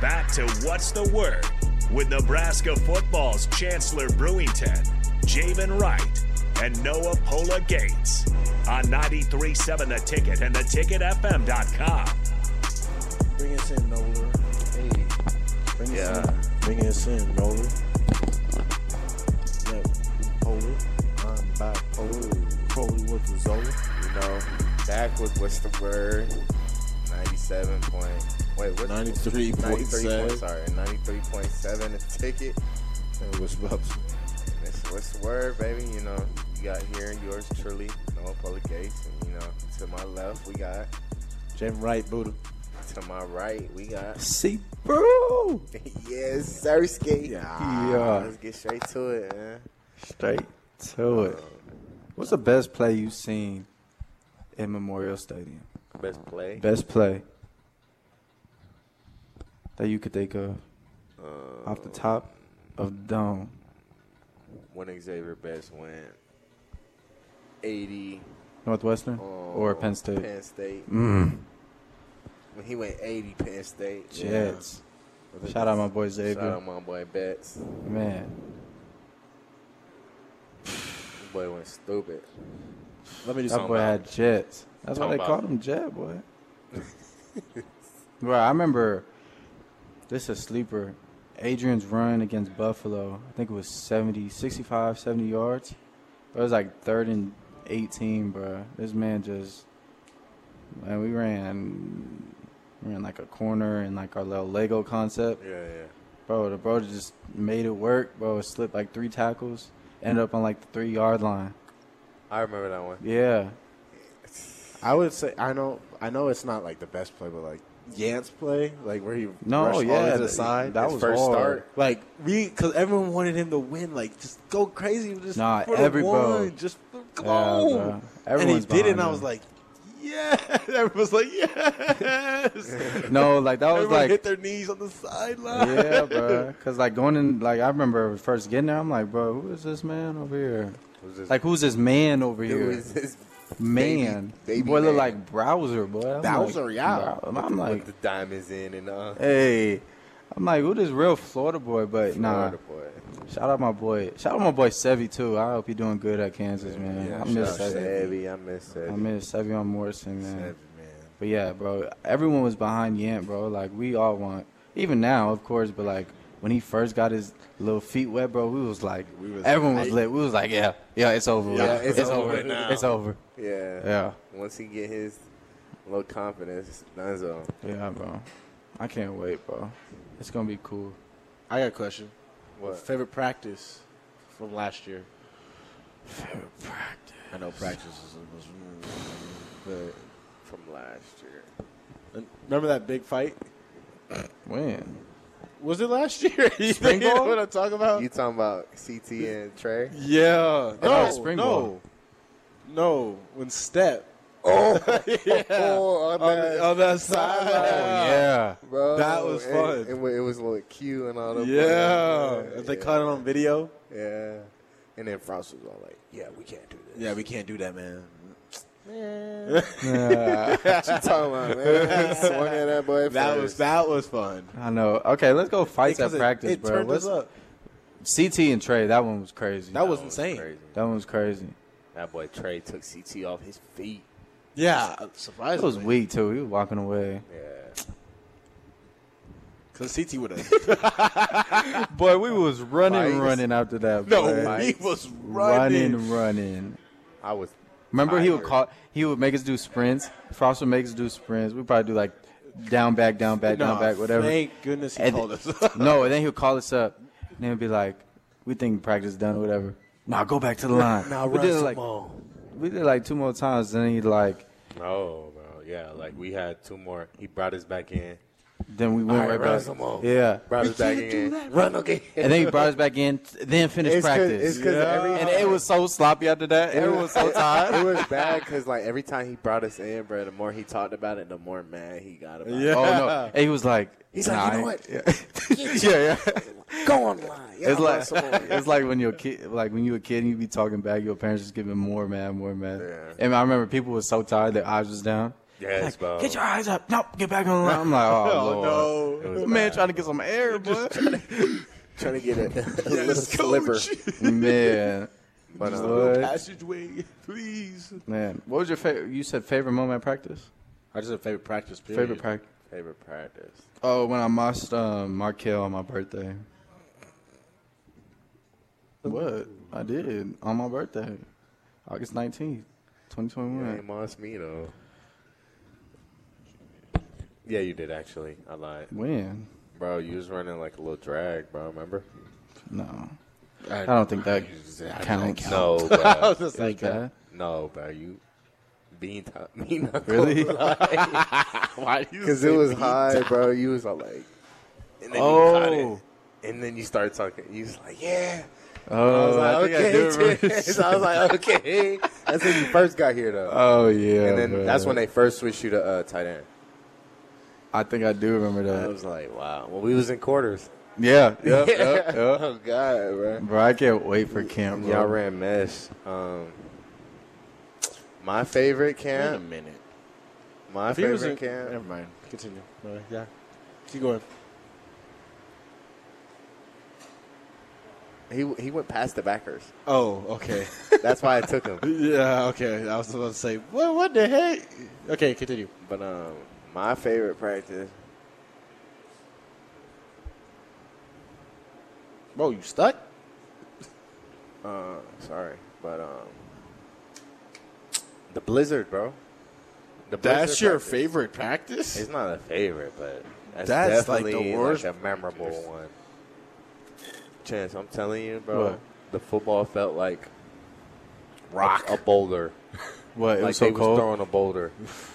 back to What's the Word with Nebraska football's Chancellor Brewington, Javen Wright, and Noah Pola Gates on 93.7 The Ticket and theticketfm.com. Bring us in, Nola. Hey. Bring us in. Bring us in, Nola. Yep. Polar. I'm bipolar. Crowley with the Zola. You know, back with what's the word? 97 point. Wait, what's 93 point, 93.7. sorry, 93.7 a ticket. Hey, what's up? And It's, what's the word, baby? You know, you got here yours truly, Noah Public Gates. And, you know, to my left, we got, Jim Wright, Buddha. to my right, we got, See, bro. yes, Sersky. Yeah. Let's get straight to it, man. Straight to it. What's the best play you've seen in Memorial Stadium? Best play. Best play that you could think of Uh, off the top of dome. When Xavier Best went 80 Northwestern on or Penn uh, State? Um, Penn State. Mm, When he went 80 Penn State. Jets. Shout out my boy Xavier. Shout out my boy Betts. Man, Boy went stupid. Let me do that something. boy had Jets. That's why Talking they about- called him Jet, boy. Bro, I remember this is a sleeper. Adrian's run against Buffalo, I think it was 70, 65, 70 yards. But it was like third and 18, bro. This man just, man, we ran, ran like a corner and like our little Lego concept. Yeah, yeah. Bro, the bro just made it work, bro. It slipped like three tackles, ended up on like the three yard line. I remember that one. Yeah. I would say I know. I know it's not like the best play, but like Yance play, like where he No, rushed all yeah, into the that- side. that His was first hard. start. Like we, because everyone wanted him to win. Like just go crazy. Just Nah, for the every bro. one, Just come Yeah, on. bro. and he Everyone's did it, and behind I was him. like, yeah. Everyone's like, yes. No, like that was Everyone like hit their knees on the sideline. yeah, bro. Cause like going in, like I remember first getting there, I'm like, bro, who is this man over here? Who's this- Like who's this man over Who here? is this man, baby boy, look man? like Browser, boy. I'm Browser, like, yeah. bro- I'm With like, the diamonds in and uh, hey, I'm like, who this real Florida boy? But nah, Florida boy. shout out my boy, shout out my boy Sevy too. I hope he doing good at Kansas, man. I miss shout out Sevy. Sevy. I miss Sevy. I miss Sevy on Morrison, man. Sevy, man. But yeah, bro, everyone was behind Yant, bro. Like we all want, even now, of course. But like when he first got his little feet wet, bro, we was like, We was everyone was hype. lit. We was like, yeah, yeah, it's over. with. Yeah, it's over with now. It's over. Yeah. Yeah, Once he get his low confidence, Dunzo. yeah, bro. I can't wait, bro. It's gonna be cool. I got a question. What? Favorite practice from last year? Favorite practice. I know practice was, was From last year. but remember that big fight? When? Was it last year? you Spring know ball? what I'm talking about? You talking about CT and Trey? Yeah. Oh, No, spring no. ball. No. When Step oh, Oh, on on, that- on that side. yeah. bro, that was and- fun. And, when it was like Q and all Yeah. that. They caught it on video. Yeah. And then Frost was all like, "Yeah, we can't do this." Yeah, we can't do that, man. Man, Yeah. what you talking about, man? Swung at that boy. That first. was that was fun. I know. Okay, let's go fights Because at it- practice, it bro. turned What's us up. CT and Trey? That one was crazy. That was That was insane. crazy. that one was crazy. That boy Trey took CT off his feet. Yeah, It surprisingly. was weak too. He was walking away. Yeah. Because CT would have. Boy, we was running, Fights. running after that. no, boy. he was running. running, running. I was. Remember, he would Tired. call. He would make us do sprints. Frost would make us do sprints. We probably do like down, back, down, back, Nah, down, back, whatever. Thank goodness he And- called us. no, and then he would call us up, and then he'd be like, "We think practice done, whatever." Nah, go back to the line. now we run did it some like more. we did it like two more times. Then he like, Oh, bro. Yeah, like we had two more. He brought us back in. then we went All right, right, run back. some more. Yeah, Brought us back in. Run again. and then he brought us back in. Then finished It's 'cause- practice. it's 'cause Yeah. every- and it was so sloppy after that. Everyone was so tired. It was bad because like every time he brought us in, bro, the more he talked about it, the more mad he got about it. Yeah. Oh no! And he was like, He's like, you know "Nah, I- what? yeah, yeah. Go online. Yeah, It's run some like more. it's like when you're a kid, like when you were a kid, and you be talking back. Your parents just giving more mad, more mad. Yeah. And I remember people were so tired, their eyes was down. yes, Like, bro. get your eyes up. Nope, get back on the line. I'm like, oh, Oh, Lord. no. It was man trying to get some air, boy. trying to get a, a little sliver. man. But, uh, What? Passageway, please. Man, what was your favorite? You said favorite moment at practice? I just a favorite practice. Period. Favorite practice? Favorite practice. Oh, when I mossed um, Markel on my birthday. What? I did on my birthday, August 19th, You 2021. ain't moss me though. Yeah, you did actually. I lied, When? Bro, you was running like a little drag, bro. Remember? No. I don't think that counts. No, bro. just Like that. no, bro. You bean top me knuckle. Really? Why do you? Because it was high, bro. You was all like, and then you caught it. Oh. And then you started talking. You was like, yeah. I was Oh, like, I think I do okay. remember. Chance. I was like, okay. That's when you first got here, though. Oh yeah. and then bro. that's when they first switched you to uh, tight end. I think I do remember I that. was like, wow. Well, we was in quarters. Yeah. Yep, yep, yep. oh, God, bro. Bro, I can't wait for camp. Bro. Y'all ran mesh. Um, my favorite Wait a camp. minute. My If he was favorite in- camp. Never mind. Continue. No, yeah. Keep going. He he went past the backers. Oh, okay. That's why I took him. yeah, okay. I was about to say, what? What the heck? Okay, continue. But um, my favorite practice. Bro, you stuck? Uh, sorry, but um, the blizzard, bro. The That's Blizzard your practice. favorite practice? It's not a favorite, but that's, That's, like, the definitely like, worst a memorable one. Chance, I'm telling you, bro. What? The football felt like rock, a, boulder. What? It like was so they was cold. throwing a boulder,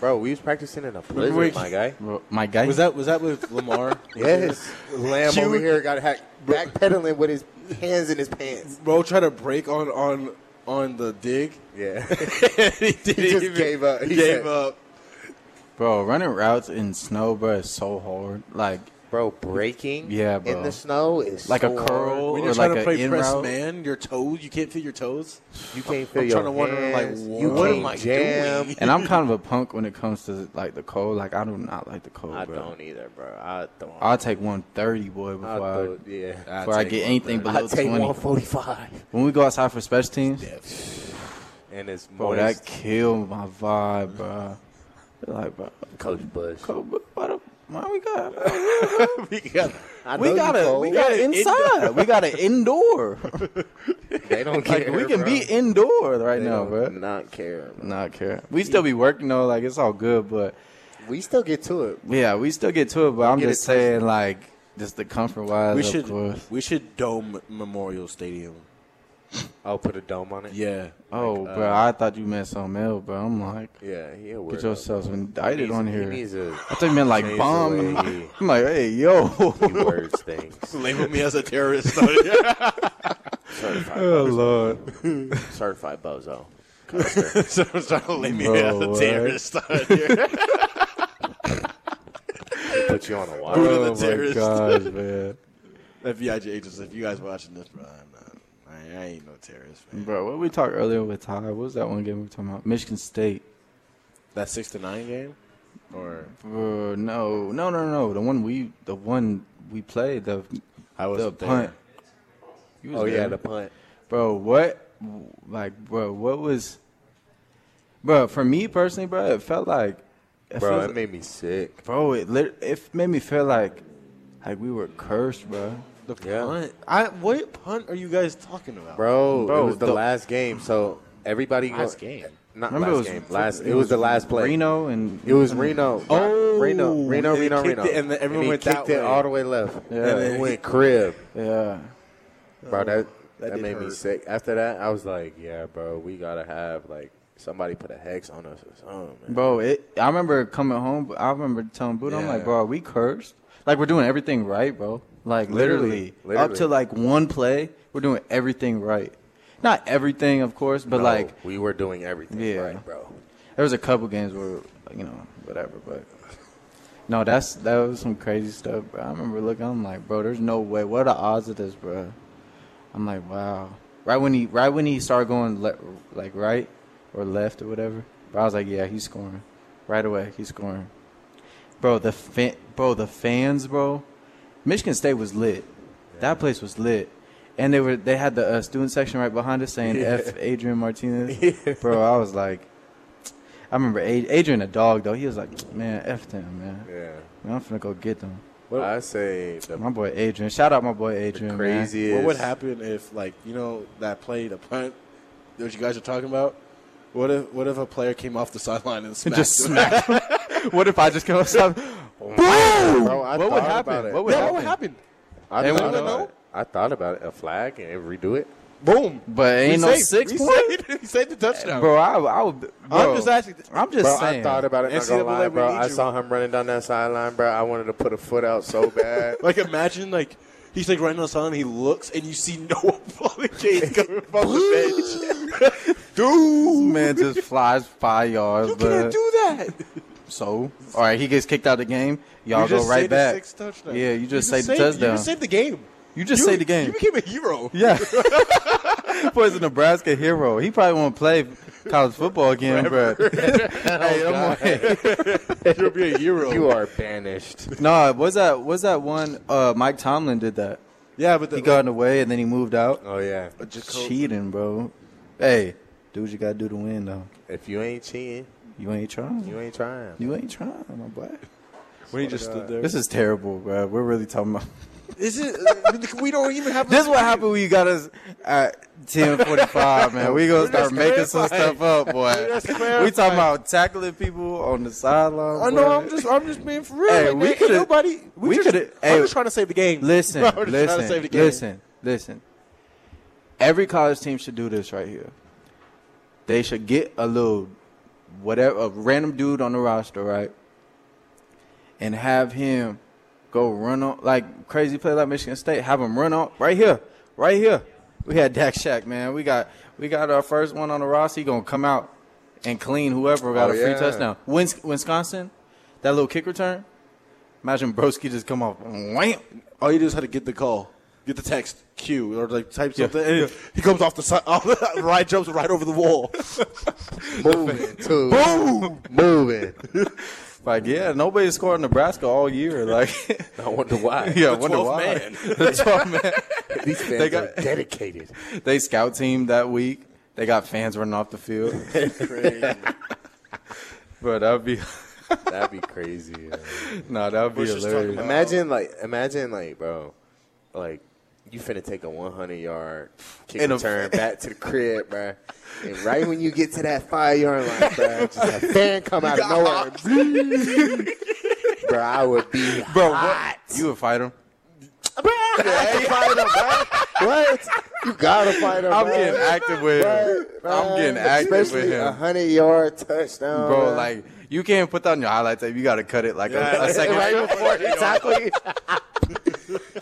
bro. We was practicing in a Remember when- blizzard, my guy. Bro, My guy. Was that was that with Lamar? Yes, Lamb Cute. over here got hack, backpedaling with his hands in his pants. Bro, try to break on on on the dig. Yeah, he didn't just gave up. He He gave said- up. Bro, running routes in snow, bro, is so hard. Like, bro, breaking. Yeah, bro. in the snow is Like a so hard. curl. When you're Or trying like to a play in press route. man, your toes, you can't feel your toes. You can't feel I'm your trying to wonder, like, hands. what you can't am I jam. doing? and I'm kind of a punk when it comes to like the cold. Like, I do not like the cold, I bro. don't either, bro. I don't. I'll take 130, boy, before I, I don't yeah. before I, get anything below 20. 145. When we go outside for special teams, And it's bro, more that killed my vibe, bro. They're like, bro, Coach Bush. cold, but why, the, why we got we got I we know got you a cold. we got an inside we got an indoor They don't care. like we can bro. be indoor right They now don't bro Not care. bro. not care we still be working though like it's all good but We still get to it. Yeah, we still get to it, but I'm get just it saying, like, just the comfort wise, we of should course. we should dome Memorial Stadium. I'll put a dome on it. Yeah. Oh, uh, bro, I thought you meant something else, bro. I'm like, Yeah, he'll get yourselves indicted on here. He needs I a thought you meant like Change bomb. the way he- I'm like, hey, yo. he words things. Label me as a terrorist. Certified, Oh, Lord. certified bozo. Someone's trying to label me Bro, as a what? terrorist. out here. Put you on a watch. Who are the Oh, my terrorists? gosh, man. FBI agents, if you guys watching this, bro, I'm not. I, I ain't no terrorist, man. Bro, what we talked earlier with Ty, what was that one game we were talking about? Michigan State. That six to nine game, Mm. or Bro, no, no, no, no. The one we, the one we played, the, I was the there. punt. You was Oh yeah, there. the punt. bro what like bro what was bro for me personally bro it felt like it Bro, feels- it made me sick. bro it, lit, it made me feel like like we were cursed bro The Yeah. punt. I what punt are you guys talking about, Bro, Bro, it was the, the- last game, so everybody Last go- game? Not last remember it was game. Last it, was, the last play. reno and It was Reno. Oh, Reno, Reno, and he Reno, kicked Reno. it, and then everyone he went kicked that it way. all the way left. Yeah. And then it went crib. yeah Bro, that that that, did made me hurt. sick. After that, I was like, yeah, bro, we gotta have like somebody put a hex on us or something. Man. bro it i remember coming home i remember telling buddha i'm like Yeah. bro are we cursed like we're doing everything right bro like literally, Literally, literally. up to like one play we're doing everything right not everything of course but No, like we were doing everything Yeah. right, bro. There was a couple games where you know whatever, but no, that's that was some crazy stuff. Bro. I remember looking, I'm like, bro, there's no way. What are the odds of this, bro? I'm like, wow. Right when he right when he started going le- like right or left or whatever, bro, I was like, yeah, he's scoring right away. He's scoring, bro. The fan, bro, the fans, bro. Michigan State was lit. That place was lit. And they were they had the uh, student section right behind us saying F Adrian Martinez. Bro, I was like I remember Ad- Adrian a dog though. He was like, "Man, F them, man. Yeah. man I'm finna go get them." I say the My boy Adrian. Shout out my boy Adrian. man. craziest. What would happen if, like, you know, that play, the punt that you guys are talking about? What if what if a player came off the sideline and smacked Just him? smack. him. what if I just come up? Bro, I What thought would About happen? it. What would Yeah, happen? what happened? I, And thought about we don't know? It. I thought about it. A flag and redo it. Boom. But ain't no six he point, Saved, he saved the touchdown. bro. I, I would. Bro, I'm just asking. I'm just Bro, saying. I thought about it. Not gonna NCAA, lie, we bro. need I you. saw him running down that sideline, bro. I wanted to put a foot out so bad. Like imagine like he's like running on the sideline, he looks and you see no apology. coming from the bench. This man just flies five yards. You but can't do that. so, all right, he gets kicked out the game. Y'all you go just right saved a back. Six touchdown. Yeah, you just saved the saved, You touchdown. just saved the game. You just You- saved the game. You became a hero. yeah. Boy's a Nebraska hero. He probably won't play college football again, bro. Oh, hey, I'm like- You'll be a hero. You are banished. no, was that was that one? Uh, Mike Tomlin did that. Yeah, but the, He got in the way and then he moved out. Oh yeah. Cheating, bro. Hey, do what you gotta do to win, though. If you ain't cheating, You ain't trying. you ain't trying. You ain't trying, my boy. when he just stood there. This is terrible, bro. We're really talking about. Is it? uh, we don't even have. This is what happened when you got us at ten forty five, man. We gonna start making some stuff up, boy. We talking about tackling people on the sideline. I know. boy. I'm just. I'm just being for real. Hey, like, we man, ain't coulda- Nobody. We, we just, coulda- I'm hey. just trying to save the game. Listen, I'm just trying to save listen, the game. listen, listen. Every college team should do this right here. They should get a little whatever a random dude on the roster, right? And have him go run on like crazy play like Michigan State. Have him run on right here, right here. We had Dak Shack, man. We got we got our first one on the roster. He gonna come out and clean whoever got Oh, a free yeah. touchdown. Wins- Wisconsin, that little kick return. Imagine Broski just come off, wham, all you do is how to get the call, get the text, cue, or like type something. and He comes off the side, right jumps right over the wall. Moving too. Boom. Moving. Like, yeah, nobody scored in Nebraska all year. Like, I wonder why. yeah, I wonder why. The 12th man. These fans They got- are dedicated. They scout team that week. They got fans running off the field. Bro, that'd be That'd be crazy. yeah. no, that'd be Bush is talking hilarious. about- Imagine like, imagine like, bro, like you finna take a 100 yard kick And a- return back to the crib, bro. And right when you get to that five yard line, bro, just a fan come out of nowhere, bro. I would be Bro, what? You would fight him? what? You gotta fight him. I'm bro. getting active with him. I'm getting active with A him, hundred yard touchdown, bro. Like, you can't put that on your highlight tape. You got to cut it like a, a second. right before exactly.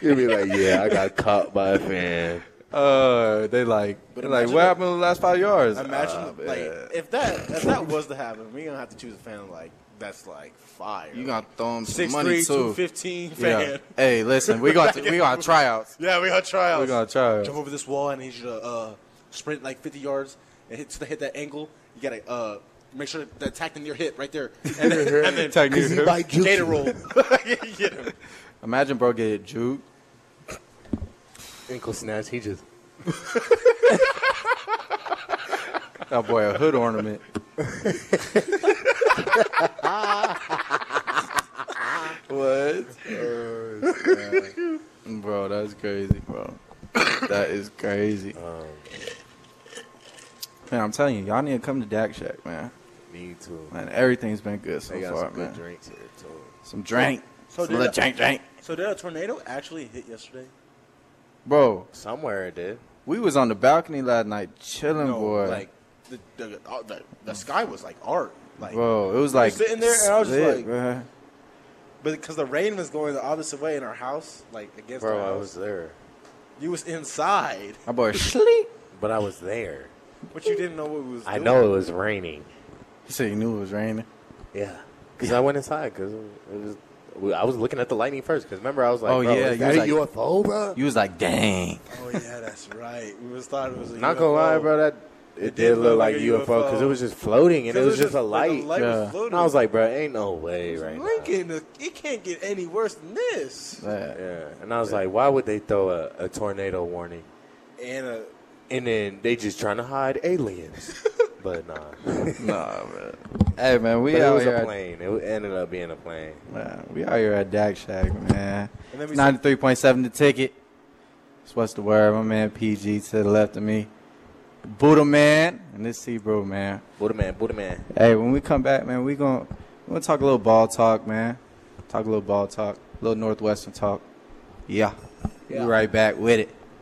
You'd be like, yeah, I got caught by a fan. Uh, they like, they like, imagine what if- happened in the last five yards? Uh, Imagine like if that if that was to happen, we gonna have to choose a fan like that's like fire. You gonna throw him some six money three too? two fifteen Yeah. fan. Hey, listen, we got we got tryouts. Yeah, we gonna try out. We gonna try. Jump over this wall and I need you to uh, sprint like 50 yards and hit to hit that angle. You gotta uh, make sure that attack in your hip right there, and then, and then Tag me. gator roll. Get him. Imagine bro get juked. Ankle snatch. He just That boy a hood ornament. what? Oh, bro, that's crazy, bro. That is crazy. Oh, Man, I'm telling you, y'all need to come to Dak Shack, man. need to. Man, everything's been good so They got far, some man. good drinks here too. Some drink, So some little did I- drink, drink, So did a tornado actually hit yesterday? bro. Somewhere it did. We was on the balcony last night Oh, chilling, boy. like the the, uh, the the sky was like art, like bro, it was like sitting there, and I was just slick, like- bruh. but because the rain was going the opposite way in our house, like against Bro, our I house. was there, you was inside, my boy, sleep. but I was there. but you didn't know what we was. I doing. know it was raining. He said he knew it was raining. Yeah, because I went inside because it was. we- I was looking at the lightning first because remember I was like, Oh, bro, yeah, is you that a was like- UFO, bro? You was like, dang. Oh yeah, that's right. We was thought it was a Not gonna UFO. lie, bro. That It did look like a UFO because it was just floating and it was just a light. light was And I was like, bro, ain't no way right now. Lincoln, it can't get any worse than this. That. Yeah, and I was like, why would they throw a, a tornado warning? And uh, And then they just trying to hide aliens. but nah, Nah, man. Hey, man, we but it out was here. a at- plane. It ended up being a plane. man, we out here at Dak Shack, man. And then we- Ninety-three point seven the ticket. It's what's the word? My man PG to the left of me, Buddha man, and this C bro man. Buddha man, Buddha man. Hey, when we come back, man, we gonna we gonna talk a little ball talk, man. Talk a little ball talk, a little Northwestern talk. Yeah, we right back with it.